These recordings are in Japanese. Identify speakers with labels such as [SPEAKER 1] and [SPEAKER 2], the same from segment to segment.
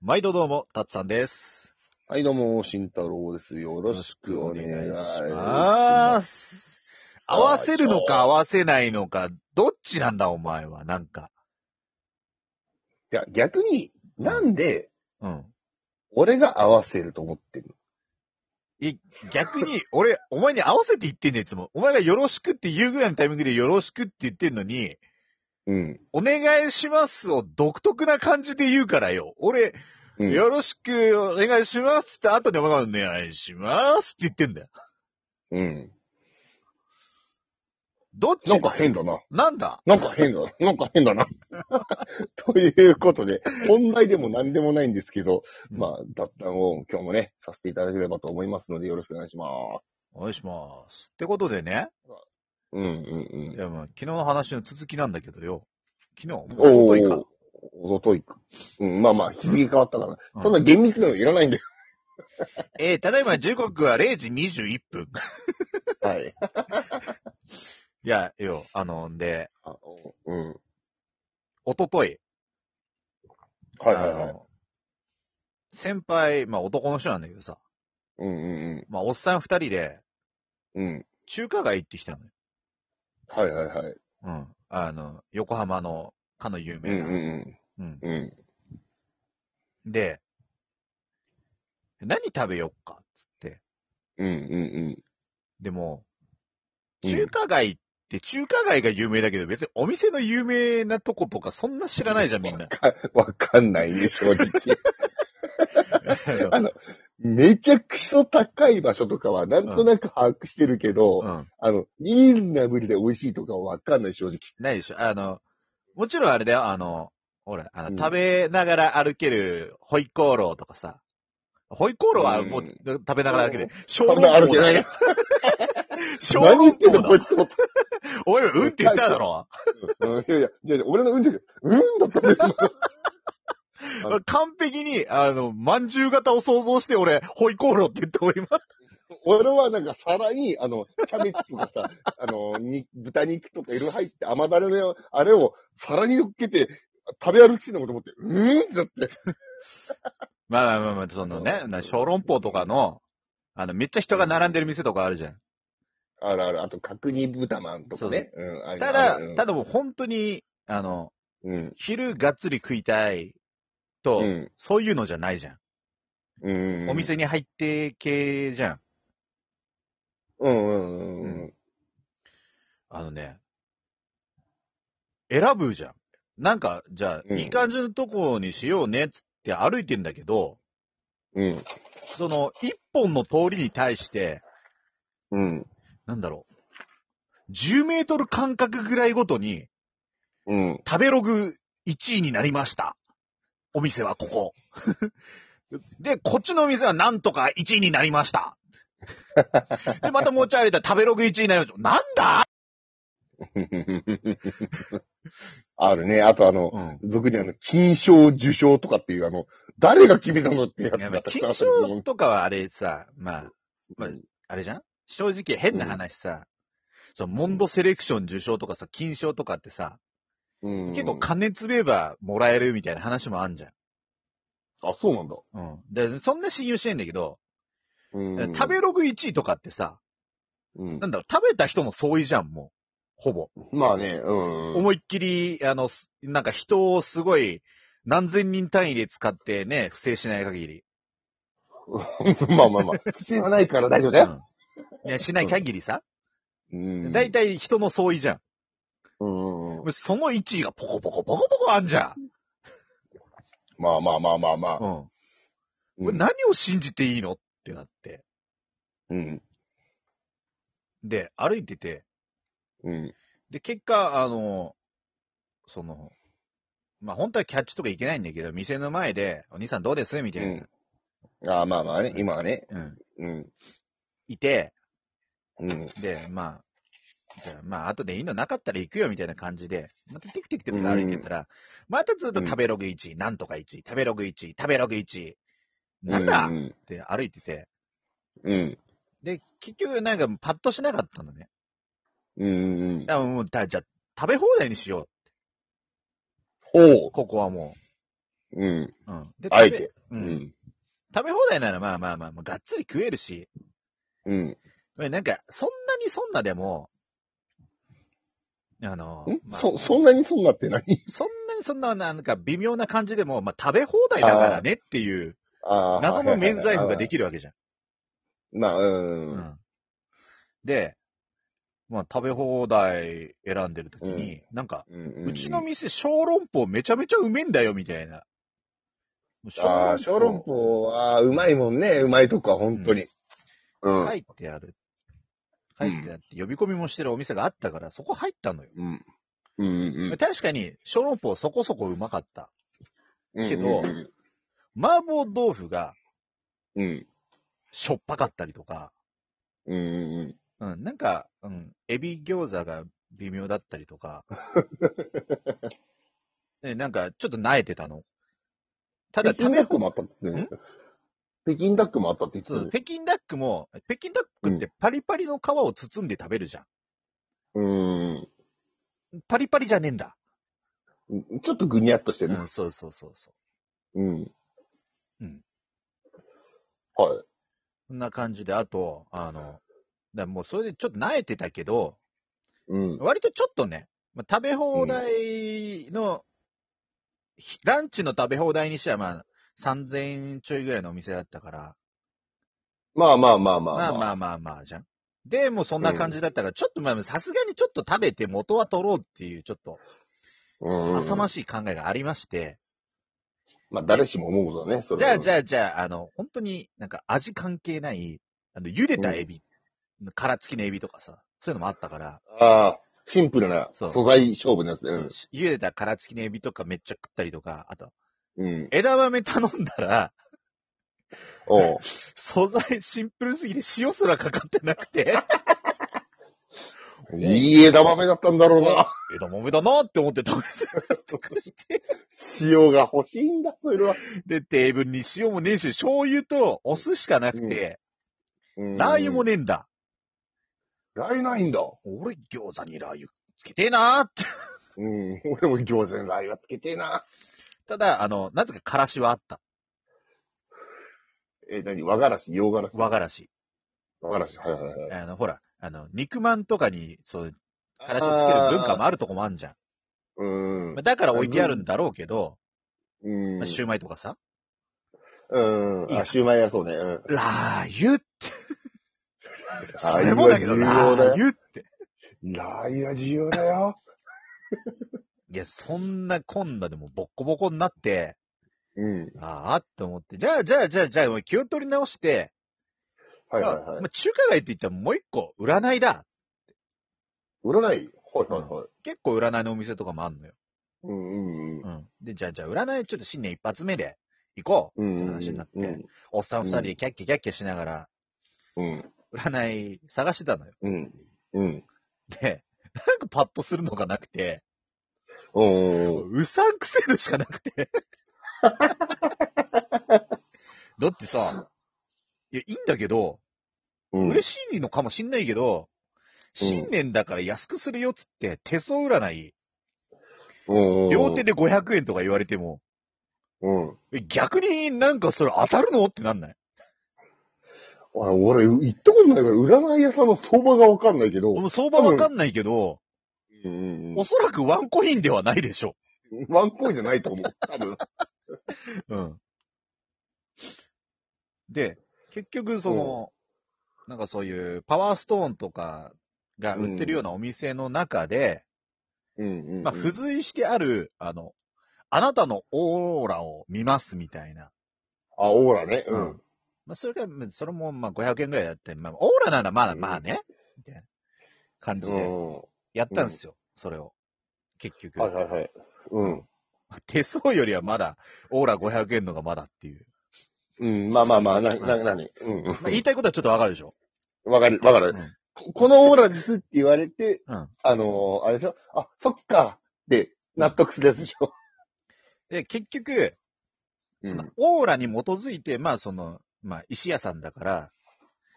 [SPEAKER 1] 毎度どうも、たつさんです。
[SPEAKER 2] はい、どうも、慎太郎です。よろしくお願いし
[SPEAKER 1] ま
[SPEAKER 2] ます。
[SPEAKER 1] す。合わせるのか合わせないのか、どっちなんだお前は、なんか。
[SPEAKER 2] いや、逆に、なんで、
[SPEAKER 1] うん。
[SPEAKER 2] 俺が合わせると思ってる
[SPEAKER 1] 逆に、俺、お前に合わせて言ってんねんいつも。お前がよろしくって言うぐらいのタイミングでよろしくって言ってんのに、
[SPEAKER 2] うん。
[SPEAKER 1] お願いしますを独特な感じで言うからよ。俺、
[SPEAKER 2] うん。
[SPEAKER 1] よろしくお願いしますって後でお前がお願いしますって言ってんだよ。
[SPEAKER 2] うん。
[SPEAKER 1] どっち
[SPEAKER 2] なんか変だな。
[SPEAKER 1] なんだ
[SPEAKER 2] なんか変だな。なんか変だな。 ということで、本題でも何でもないんですけど、まあ、雑談を今日もね、させていただければと思いますので、よろしくお願いします。
[SPEAKER 1] お願いします。ってことでね。
[SPEAKER 2] うん、う
[SPEAKER 1] い
[SPEAKER 2] ん、
[SPEAKER 1] や、まあ、昨日の話の続きなんだけどよ。昨日、も
[SPEAKER 2] うん。
[SPEAKER 1] う一昨日
[SPEAKER 2] ー
[SPEAKER 1] か。
[SPEAKER 2] おとといか。うん、まあまあ、日付変わったから。
[SPEAKER 1] うん
[SPEAKER 2] そんな厳密なのいらないんだよ。
[SPEAKER 1] えーただいま時刻は0時21分。
[SPEAKER 2] はい。
[SPEAKER 1] いや、よ、あの、んで、
[SPEAKER 2] あおうん。
[SPEAKER 1] 一昨日
[SPEAKER 2] はいはいは
[SPEAKER 1] あ
[SPEAKER 2] い。
[SPEAKER 1] の先輩、まあ男の人なんだけどさ、
[SPEAKER 2] うんうん
[SPEAKER 1] まあおっさん二人で
[SPEAKER 2] うん。うん。
[SPEAKER 1] 中華街行ってきたのよ。
[SPEAKER 2] はいはいはい。
[SPEAKER 1] うん。あの、横浜の、かの有
[SPEAKER 2] うん
[SPEAKER 1] 名
[SPEAKER 2] う
[SPEAKER 1] な。
[SPEAKER 2] ん
[SPEAKER 1] うん
[SPEAKER 2] うん。うん。
[SPEAKER 1] で、何食べよっかっつって。
[SPEAKER 2] うんうん
[SPEAKER 1] でも、
[SPEAKER 2] うん
[SPEAKER 1] 中華街って中華街が有名だけど、別にお店の有名なとことかそんな知らないじゃん、みんな。
[SPEAKER 2] うん。わかんないね、正直。
[SPEAKER 1] う
[SPEAKER 2] あの、めちゃくそ高い場所とかはなんとなく把握してる けど、
[SPEAKER 1] ん。
[SPEAKER 2] あの、リーズナブルで美味しいとかはわかんない、正直。
[SPEAKER 1] ないでしょ。あの、もちろんあれだよ、あの、ほら、あの、
[SPEAKER 2] うん
[SPEAKER 1] 食べながら歩ける、ホイコーローとかさ。ホイコーローはもう、
[SPEAKER 2] うん
[SPEAKER 1] 食べながら歩ける。小
[SPEAKER 2] そんなあるけない。。
[SPEAKER 1] 小
[SPEAKER 2] 何言
[SPEAKER 1] 籠包
[SPEAKER 2] ってんの、こい
[SPEAKER 1] だ。
[SPEAKER 2] つと思った。
[SPEAKER 1] おい、うんって言っただろ。
[SPEAKER 2] うんいやいや、じゃあじゃあ俺のうんじゃなくてうんだったんだよいは
[SPEAKER 1] 完璧に、あの、まんじゅう型を想像して、俺、ホイコーローって言っております。
[SPEAKER 2] 俺はなんか皿に、あの、キャベツとかさ、 あの、に豚肉とかいろいろ入って甘だれの、あれを皿に乗っけて食べ歩きしてんのかと思って、うーんだって。
[SPEAKER 1] まあまあまあまあ、そのね、な小籠包とかの、あの、めっちゃ人が並んでる店とかあるじゃん。
[SPEAKER 2] あるある。あと、角煮豚まんとかね。うん、あれ
[SPEAKER 1] ただ
[SPEAKER 2] あれう、ん
[SPEAKER 1] ただもう本当に、あの、
[SPEAKER 2] うん。
[SPEAKER 1] 昼がっつり食いたいと、
[SPEAKER 2] うん。
[SPEAKER 1] そういうのじゃないじゃん。
[SPEAKER 2] うん。
[SPEAKER 1] お。店に入って系じゃん。
[SPEAKER 2] うんうんうんうん。
[SPEAKER 1] あのね、選ぶじゃん。なんか、じゃあ、
[SPEAKER 2] うん
[SPEAKER 1] いい感じのとこにしようねっつって歩いてんだけど、
[SPEAKER 2] うん。
[SPEAKER 1] その、一本の通りに対して、
[SPEAKER 2] うん。
[SPEAKER 1] なんだろう、10メートル間隔ぐらいごとに、
[SPEAKER 2] うん。
[SPEAKER 1] 食べログ1位になりました。お店はここ。 で、こっちのお店はなんとか1位になりました。で、また持ち上げたら食べログ1位になりました。なんだ
[SPEAKER 2] あるね。あと、あの、
[SPEAKER 1] ん。
[SPEAKER 2] 俗にあの、金賞受賞とかっていう、あの、誰が決めたのってやつ
[SPEAKER 1] いや
[SPEAKER 2] が
[SPEAKER 1] まあ
[SPEAKER 2] たくさん
[SPEAKER 1] 金
[SPEAKER 2] あったけ
[SPEAKER 1] 賞
[SPEAKER 2] ど
[SPEAKER 1] とかはあれさ、まあ、まあ
[SPEAKER 2] うん
[SPEAKER 1] あれじゃん正直変な話さ、そのモンドセレクション受賞とかさ、金賞とかってさ、
[SPEAKER 2] うん
[SPEAKER 1] 結構加熱べばもらえるみたいな話もあんじゃん。
[SPEAKER 2] あ、そうなんだ。
[SPEAKER 1] うん。で、そんな信用してんだけど、
[SPEAKER 2] うん。
[SPEAKER 1] 食べログ1位とかってさ、
[SPEAKER 2] うん
[SPEAKER 1] なんだろう、食べた人の相違じゃん、もう。ほぼ。
[SPEAKER 2] まあね、うん。
[SPEAKER 1] 思いっきり、あの、すなんか人をすごい、何千人単位で使ってね、不正しない限り。
[SPEAKER 2] まあまあまあ、癖はないから大丈夫だよ。
[SPEAKER 1] うんいや、しない限りさ、
[SPEAKER 2] うん
[SPEAKER 1] 大体人の相違じゃん。
[SPEAKER 2] うんうんうん
[SPEAKER 1] その1位がポコポコポコポコあんじゃん。
[SPEAKER 2] まあまあまあまあまあ。
[SPEAKER 1] うん。
[SPEAKER 2] うん
[SPEAKER 1] これ何を信じていいのってなって。
[SPEAKER 2] うん。
[SPEAKER 1] で、歩いてて、
[SPEAKER 2] うん。
[SPEAKER 1] で、結果、あの、その、まあ、本当はキャッチとかいけないんだけど、店の前で、お兄さんどうですみたいな、
[SPEAKER 2] うん。ああ、まあまあね、今はね。
[SPEAKER 1] うん、
[SPEAKER 2] うん。
[SPEAKER 1] いて、
[SPEAKER 2] うん。
[SPEAKER 1] で、まあ、じゃあ、まあ、後でいいのなかったら行くよ、みたいな感じで、またテクテクテクと歩いてたら、またずっと食べログ1位、なんとか1位、食べログ1位、食べログ1位、なんだ、
[SPEAKER 2] う
[SPEAKER 1] っ
[SPEAKER 2] ん。
[SPEAKER 1] て歩いてて、
[SPEAKER 2] うん。
[SPEAKER 1] で、結局なんかパッとしなかったのね。
[SPEAKER 2] うん。
[SPEAKER 1] だからもうだじゃあ、食べ放題にしよ
[SPEAKER 2] ほう
[SPEAKER 1] う。。ここはも
[SPEAKER 2] うん。
[SPEAKER 1] うん。で、
[SPEAKER 2] あえ
[SPEAKER 1] 食べ
[SPEAKER 2] て。、
[SPEAKER 1] う。
[SPEAKER 2] うんん。
[SPEAKER 1] 食べ放題ならまあまあまあ、まあがっつり食えるし、
[SPEAKER 2] うん。
[SPEAKER 1] まあなんか、そんなにそんなでも、あの、まあ、
[SPEAKER 2] そ、そんなにそんなって何
[SPEAKER 1] そんなにそんな、なんか微妙な感じでも、まあ食べ放題だからねっていう、
[SPEAKER 2] あー
[SPEAKER 1] 謎の免罪符がで
[SPEAKER 2] き
[SPEAKER 1] きるわけじゃん。
[SPEAKER 2] な、う。
[SPEAKER 1] うんん。で、まあ食べ放題選んでるときに、なんか、
[SPEAKER 2] うん。
[SPEAKER 1] うちの店小籠包めちゃめちゃうめえんだよみたいな。
[SPEAKER 2] ああ、小籠包は、うまいもんね。うまいとこは、本当に。うん。
[SPEAKER 1] 書いてある。書いてあって、呼び込みもしてるお店があったから、そこ入ったのよ。
[SPEAKER 2] うん。うんうん
[SPEAKER 1] 確かに、小籠包そこそこうまかった。
[SPEAKER 2] うん。
[SPEAKER 1] けど
[SPEAKER 2] うん
[SPEAKER 1] 麻婆豆腐が
[SPEAKER 2] うん。
[SPEAKER 1] しょっぱかったりとか、
[SPEAKER 2] うんうん
[SPEAKER 1] うん、なんか、うん、エビ餃子が微妙だったりとか、ね、なんか、ちょっと萎えてたの。ただ
[SPEAKER 2] 北
[SPEAKER 1] 食
[SPEAKER 2] 京ダ
[SPEAKER 1] べ
[SPEAKER 2] ックもあったって言ってたよ北京ダックもあったって言ってた
[SPEAKER 1] そう
[SPEAKER 2] よ
[SPEAKER 1] 北京ダックも、北京ダックってパリパリの皮を包んで食べるじゃん。
[SPEAKER 2] うん。
[SPEAKER 1] パリパリじゃねえんだ。
[SPEAKER 2] ちょっとぐにゃっとして
[SPEAKER 1] う
[SPEAKER 2] る。
[SPEAKER 1] ん、そうそうそうそう。
[SPEAKER 2] うん。
[SPEAKER 1] うん。
[SPEAKER 2] はい。
[SPEAKER 1] そんな感じで、あと、あの、だからもうそれでちょっと慣れてたけど、
[SPEAKER 2] うん。
[SPEAKER 1] 割とちょっとね、まあ、食べ放題の、ひランチの食べ放題にしては、まあ、3000円ちょいぐらいのお店だったから、
[SPEAKER 2] まあまあまあまあ
[SPEAKER 1] まあまあまあまあじゃん。で、もうそんな感じだったから、ちょっとまあ、さすがにちょっと食べて元は取ろうっていう、ちょっと、
[SPEAKER 2] うん
[SPEAKER 1] 浅ましい考えがありまして、
[SPEAKER 2] まあ誰しも思うぞね、それ
[SPEAKER 1] じゃ
[SPEAKER 2] は
[SPEAKER 1] あじゃあじゃあ、あの、本当になんか味関係ない、あの、茹でたエビ、殻付きのエビとかさ、そういうのもあったから、
[SPEAKER 2] ああ、シンプルな
[SPEAKER 1] そう
[SPEAKER 2] 素材勝負のやつだ
[SPEAKER 1] そう
[SPEAKER 2] よ。
[SPEAKER 1] 茹でた殻付きのエビとかめっちゃ食ったりとか、あと、
[SPEAKER 2] うん。うん。
[SPEAKER 1] 枝豆頼んだら、
[SPEAKER 2] おう
[SPEAKER 1] 素材シンプルすぎて塩すらかかってなくて、
[SPEAKER 2] いい枝豆だったんだろうな。
[SPEAKER 1] 枝豆だなって思って食べたりとかして、
[SPEAKER 2] 塩が欲しいんだ、それは。
[SPEAKER 1] で、テーブルに塩もねえし、醤油とお酢しかなくて、ラー油も
[SPEAKER 2] ね。
[SPEAKER 1] ねえんだ。
[SPEAKER 2] ラー油ないんだ。
[SPEAKER 1] 俺餃子にラー油つけてえなーって。
[SPEAKER 2] うん。俺も餃子にラー油はつけてえな。
[SPEAKER 1] ただ、あの、なぜかからしはあった。
[SPEAKER 2] え、何和がらし、洋がらし。
[SPEAKER 1] 和がらし。
[SPEAKER 2] 和がらし。はいはいはい。
[SPEAKER 1] あの、ほら、あの、肉まんとかに、そう、からしをつける文化もあるとこもあんじゃん。
[SPEAKER 2] うん
[SPEAKER 1] まあ。だから置いてあるんだろうけど、
[SPEAKER 2] うん
[SPEAKER 1] まあ、。シューマイとかさ、
[SPEAKER 2] うん。あ、シューマイはそうね。うん。
[SPEAKER 1] ラー油って。
[SPEAKER 2] あ
[SPEAKER 1] そ
[SPEAKER 2] あい
[SPEAKER 1] れ
[SPEAKER 2] う
[SPEAKER 1] もだけど、
[SPEAKER 2] 重
[SPEAKER 1] ラ
[SPEAKER 2] 要
[SPEAKER 1] ー
[SPEAKER 2] だよ。
[SPEAKER 1] 油って。
[SPEAKER 2] ラー油は重要だよ。
[SPEAKER 1] いや、そんなこんなでもボッコボコになって、
[SPEAKER 2] うん。
[SPEAKER 1] ああって思って、じゃあ、じゃあ、じゃあ、じゃあ、気を取り直して、
[SPEAKER 2] はいはい
[SPEAKER 1] まあ
[SPEAKER 2] はい
[SPEAKER 1] まあ。中華街って言ったらもう一個、占いだ。
[SPEAKER 2] 占いはいはいはい。
[SPEAKER 1] 結構占いのお店とかもあんのよ。
[SPEAKER 2] うんうんうん。
[SPEAKER 1] うん。で、じゃあ、じゃあ、占いちょっと新年一発目で行こう。
[SPEAKER 2] うんうんうん
[SPEAKER 1] 話になっておっさん二人でキャッキャキャッキャしながら、
[SPEAKER 2] うん。
[SPEAKER 1] 占い探してたのよ。
[SPEAKER 2] うん。うん。
[SPEAKER 1] で、なんかパッとするのがなくて、
[SPEAKER 2] うんうん。
[SPEAKER 1] うさんくせえのしかなく て。だってさ、いや、いいんだけど、
[SPEAKER 2] うん。
[SPEAKER 1] 嬉しいのかもしんないけど、
[SPEAKER 2] うん
[SPEAKER 1] 新年だから安くするよっつって、手相占い、
[SPEAKER 2] うんうん
[SPEAKER 1] 両手。で500円とか言われても、
[SPEAKER 2] うん。
[SPEAKER 1] え逆になんかそれ当たるのってなんない
[SPEAKER 2] あ俺、行ったことないから、占い屋さんの相場がわかんないけど。
[SPEAKER 1] この相場わかんないけど、
[SPEAKER 2] うんうんう
[SPEAKER 1] おそらくワンコインではないでしょ。
[SPEAKER 2] ん。ワンコインじゃないと思う。多分。
[SPEAKER 1] うん。で、結局その、なんかそういうパワーストーンとかが売ってるようなお店の中で、
[SPEAKER 2] うんうんうん。
[SPEAKER 1] まあ付随してある、あの、あなたのオーラを見ますみたいな。
[SPEAKER 2] あ、オーラね。う。
[SPEAKER 1] うんまあ、それが、まあそれも、まあ、500円ぐらいだって、まあ、オーラなら、まあ、まあね、みたいな感じ
[SPEAKER 2] う
[SPEAKER 1] で、
[SPEAKER 2] ん。は
[SPEAKER 1] やったんですよ、それを。結局。
[SPEAKER 2] いはいはい。うん。
[SPEAKER 1] 手相よりはまだ、オーラ500円のがまだっていう。
[SPEAKER 2] うん。まあまあまあ、な、な、なに。うん
[SPEAKER 1] まあ、言いたいことはちょっとわかるでしょ。
[SPEAKER 2] うん。わかる、わか
[SPEAKER 1] う
[SPEAKER 2] る。
[SPEAKER 1] ん。
[SPEAKER 2] ここのオーラですって言われて、
[SPEAKER 1] うん
[SPEAKER 2] あのー、あれでしょあ、そっか、で、納得するやつでしょ。
[SPEAKER 1] で、結局、その、オーラに基づいて、まあ、その、まあ、石屋さんだから、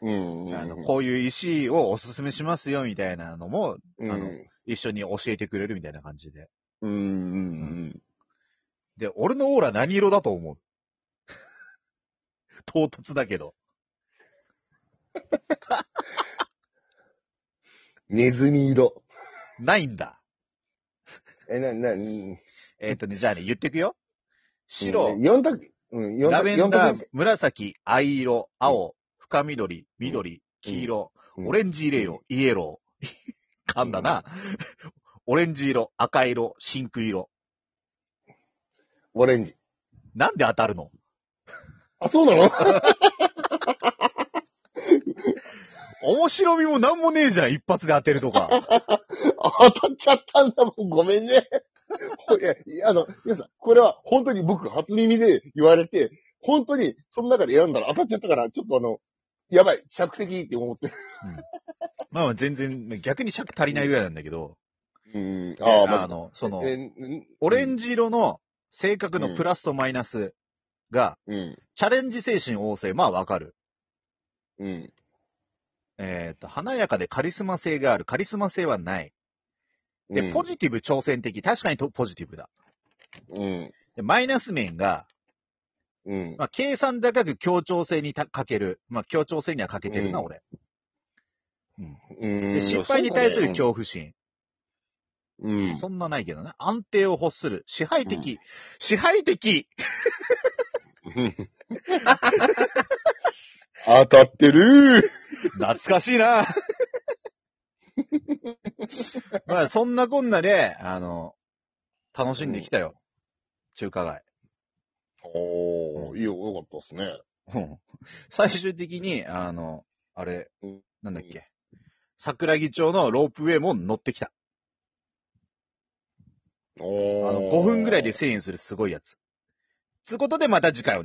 [SPEAKER 2] うん。うん。
[SPEAKER 1] あの、こういう石をおすすめしますよ、みたいなのも、
[SPEAKER 2] うん、
[SPEAKER 1] あの一緒に教えてくれるみたいな感じで。
[SPEAKER 2] うん。うん。
[SPEAKER 1] で、俺のオーラ何色だと思う 唐突だけど。
[SPEAKER 2] ネズミ色。
[SPEAKER 1] ないんだ。
[SPEAKER 2] え、な、な、に
[SPEAKER 1] えっ、とね、じゃあね、言ってくよ。白、
[SPEAKER 2] 四択、うん、四
[SPEAKER 1] ラ
[SPEAKER 2] 択、
[SPEAKER 1] ベン
[SPEAKER 2] 四
[SPEAKER 1] ダ
[SPEAKER 2] 択
[SPEAKER 1] ー、紫、藍色、青、深緑、緑、黄色、
[SPEAKER 2] うん
[SPEAKER 1] オレンジ色よ、イエロー。 噛んだな。オレンジ色、赤色、深紅色。
[SPEAKER 2] オレンジ。
[SPEAKER 1] なんで当たるの
[SPEAKER 2] あ、そうな の
[SPEAKER 1] 面白みもなんもねえじゃん、一発で当てると か。
[SPEAKER 2] 当たっちゃったんだもん。ごめんね。 いやいや、あの、皆さん、これは本当に僕初耳で言われて、本当にその中で選んだら当たっちゃったから、ちょっとあの、やばい、着席って思って。
[SPEAKER 1] まあまあ全然、逆に尺足りないぐらいなんだけど、
[SPEAKER 2] うん、
[SPEAKER 1] あ
[SPEAKER 2] まず
[SPEAKER 1] の、その、
[SPEAKER 2] えん
[SPEAKER 1] オレンジ色の性格のプラスとマイナスが、
[SPEAKER 2] うん、
[SPEAKER 1] チャレンジ精神旺盛、まあわかる。
[SPEAKER 2] うん、
[SPEAKER 1] えっ、と、華やかでカリスマ性がある、カリスマ性はない。
[SPEAKER 2] う
[SPEAKER 1] で、
[SPEAKER 2] ん
[SPEAKER 1] ポジティブ挑戦的、確かにとポジティブだ。
[SPEAKER 2] うん、
[SPEAKER 1] で、マイナス面が、
[SPEAKER 2] うん、
[SPEAKER 1] まあ、計算高く協調性にた欠ける。まあ、協調性には欠けてるな、
[SPEAKER 2] うん
[SPEAKER 1] 俺。
[SPEAKER 2] うん。
[SPEAKER 1] で、失敗に対する恐怖心。
[SPEAKER 2] うん。
[SPEAKER 1] そんなないけどね。安定を欲する。支配的。支配的
[SPEAKER 2] 当たってる
[SPEAKER 1] 懐かしいな。 まあ、そんなこんなで、あの、楽しんできたよ。中華街。
[SPEAKER 2] おー、いいよ、よかったですね。
[SPEAKER 1] うん最終的に、あの、あれ
[SPEAKER 2] うん、
[SPEAKER 1] なんだっけ。桜木町のロープウェイも乗ってきた。
[SPEAKER 2] お
[SPEAKER 1] あ
[SPEAKER 2] ー
[SPEAKER 1] の、5分ぐらいで1000円するすごいやつ。つうことでまた次回お願いします。